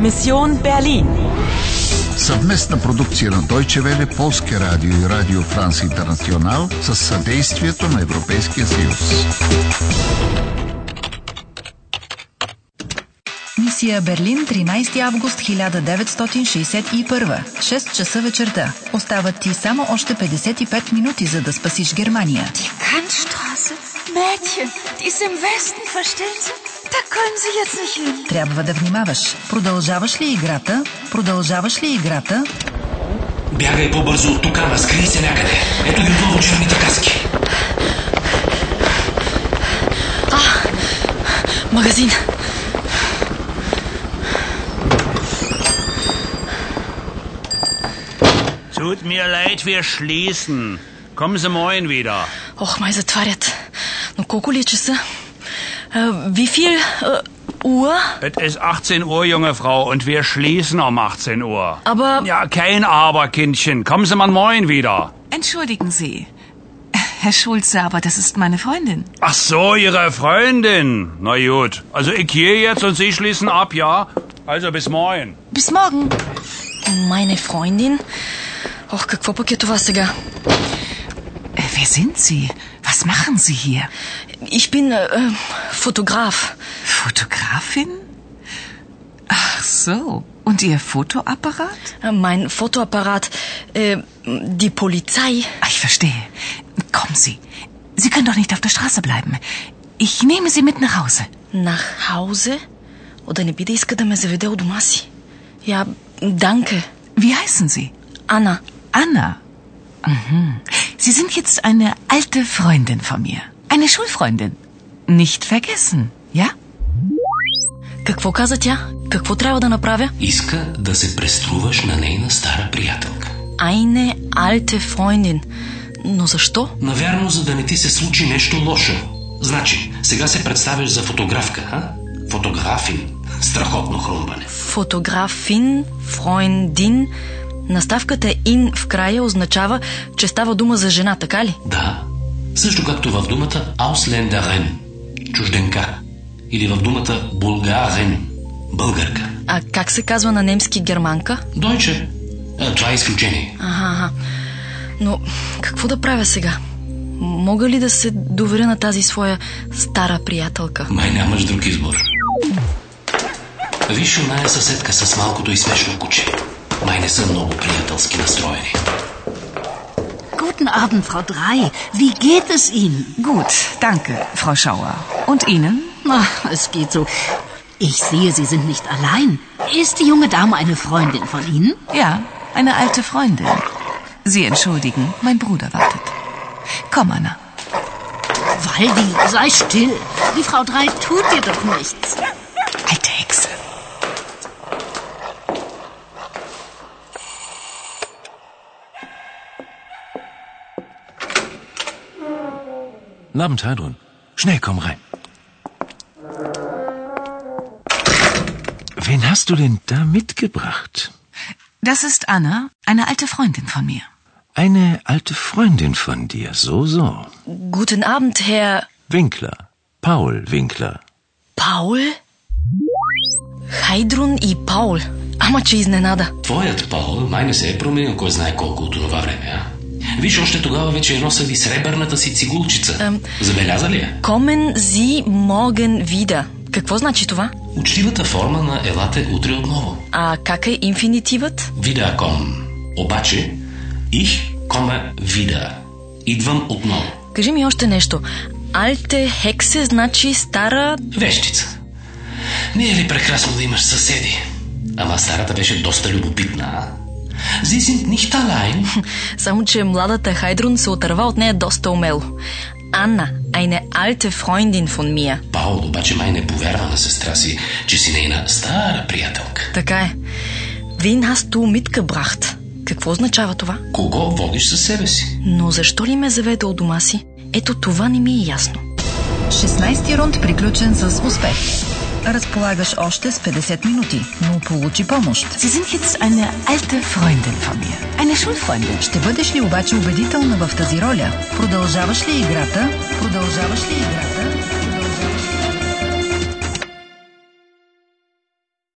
Mission Berlin. Съвместна продукция на Deutsche Welle, Полския радио и Радио Франс Интернационал с съдействието на Европейския съюз. Мисия Берлин, 13 август 1961, 6 часа вечерта. Остават ти само още 55 минути, за да спасиш Германия. Die Kantstraße? Mädchen, die ist im Westen, verstehen Sie? Da können Sie jetzt nicht hin. Трябва да внимаваш. Продължаваш ли играта? Продължаваш ли играта? Бягай по-бързо от тук, ама скри се някъде. Ето ги отново черните каски. Магазин. Tut mir leid, wir schließen. Kommen Sie morgen wieder. Ох, май е. затварят. Но колко ли е часа? А, Wie viel äh, Uhr? Es ist 18 Uhr, junge Frau, und wir schließen um 18 Uhr. Aber- Ja, kein Aber, Kindchen. Kommen Sie mal morgen wieder. Entschuldigen Sie. Herr Schulze, aber das ist meine Freundin. Ach so, Ihre Freundin. Na gut. Also ich gehe jetzt und Sie schließen ab, ja? Also bis morgen. Bis morgen. Meine Freundin? Ох, какво пък е това сега? Äh, wer sind Sie? Was machen Sie hier? Ich bin äh, äh, Fotograf. Fotografin? Ach so. Und Ihr Fotoapparat? Äh, Mein Fotoapparat. Äh, die Polizei. Ah, Ich verstehe. Kommen Sie. Sie können doch nicht auf der Straße bleiben. Ich nehme Sie mit nach Hause. Nach Hause? О, да не би да иска да ме заведе у дома си. Я, данке. Wie heißen Sie? Ана. Anna. Mhm. Sie sind jetzt eine alte Freundin von mir. Eine Schulfreundin. Nicht vergessen, ja? Какво каза тя? Какво трябва да направя? Иска да се преструваш на нейна стара приятелка. Айне алте фройндин. Но защо? Навярно, за да не ти се случи нещо лошо. Значи, сега се представяш за фотографка, а? Фотографин. Страхотно хрумбане. Фотографин, фройндин. Наставката ин в края означава, че става дума за жена, така ли? Да. Също както в думата Ауслендерен. Чужденка. Или в думата Булгарен. Българка. А как се казва на немски германка? Дойче. А, това е изключение. Ага, ага. Но какво да правя сега? Мога ли да се доверя на тази своя стара приятелка? Май нямаш друг избор. Виж оная съседка с малкото и смешно куче. Май не са много приятелски настроени. Guten Abend, Frau Drei. Wie geht es Ihnen? Gut, danke, Frau Schauer. Und Ihnen? Ach, es geht so. Ich sehe, Sie sind nicht allein. Ist die junge Dame eine Freundin von Ihnen? Ja, eine alte Freundin. Sie entschuldigen, mein Bruder wartet. Komm, Anna. Waldi, sei still. Die Frau Drei tut dir doch nichts. Alte Hexe. Guten Abend, Heidrun. Schnell, komm rein. Wen hast du denn da mitgebracht? Das ist Anna, eine alte Freundin von mir. Eine alte Freundin von dir, so, so. Гутен абент, хер... Winkler. Paul Winkler. Паул? Хайдрун и Паул. Ама че изненада. Твоят пол май не се е променил кой знае колко от това време, а? Виж, още тогава вече е носили сребърната си цигулчица. Ам. Забеляза ли я? Комен зи моген вида. Какво значи това? Учтивата форма на елате утре отново. А как е инфинитивът? Вида ком. Обаче, их коме вида. Идвам отново. Кажи ми още нещо. Алте хексе значи стара... Вещица. Не е ли прекрасно да имаш съседи? Ама старата беше доста любопитна, а? Sie sind nicht allein. Само, че младата Хайдрун се отърва от нея доста умело. Анна, айне алте фройндин фон мия. Паул обаче май не повярва на сестра си, че си нейна стара приятелка. Така е. Вин аз ту миткабрахт. Какво означава това? Кого водиш със себе си? Но защо ли ме заведе от дома си? Ето това не ми е ясно. 16-ти рунд приключен с успех. Разполагаш още с 50 минути, но получи помощ. Sie sind jetzt eine alte Freundin von mir. Eine Schulfreundin. Ще бъдеш ли обаче убедителна в тази роля? Продължаваш ли играта? Продължаваш ли играта?